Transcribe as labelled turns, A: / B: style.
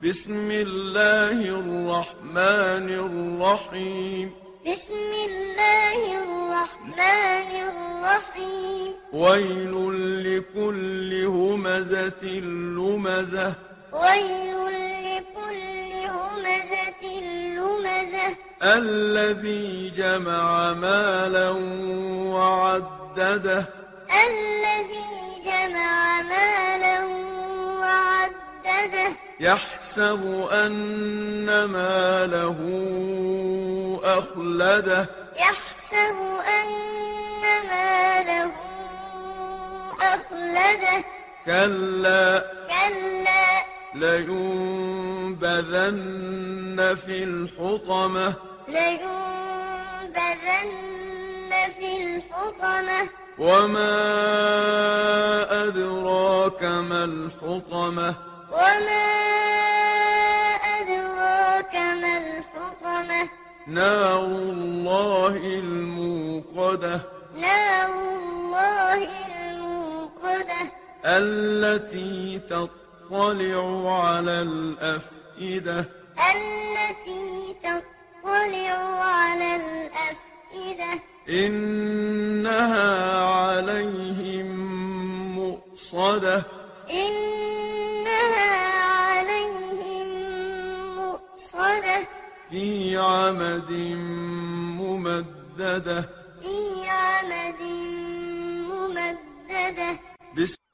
A: بسم الله الرحمن الرحيم
B: بسم الله الرحمن الرحيم
A: ويل لكل همزة لمزة
B: ويل لكل همزة لمزة
A: الذي جمع مالا وعدده
B: الذي جمع مالا وعدده
A: يحسب أن ماله أخلده
B: يحسب أن ماله أخلده
A: كلا
B: كلا
A: لينبذن في الحطمة
B: لينبذن في الحطمة
A: وما أدراك ما الحطمة
B: وما أدراك ما الحطمة
A: نار الله الموقدة
B: نار الله الموقدة
A: التي تطلع على الأفئدة
B: التي تطلع على الأفئدة
A: إنها عليهم مؤصدة
B: إنها عليهم مؤصدة
A: في عمد ممددة
B: في عمد ممددة
A: بسم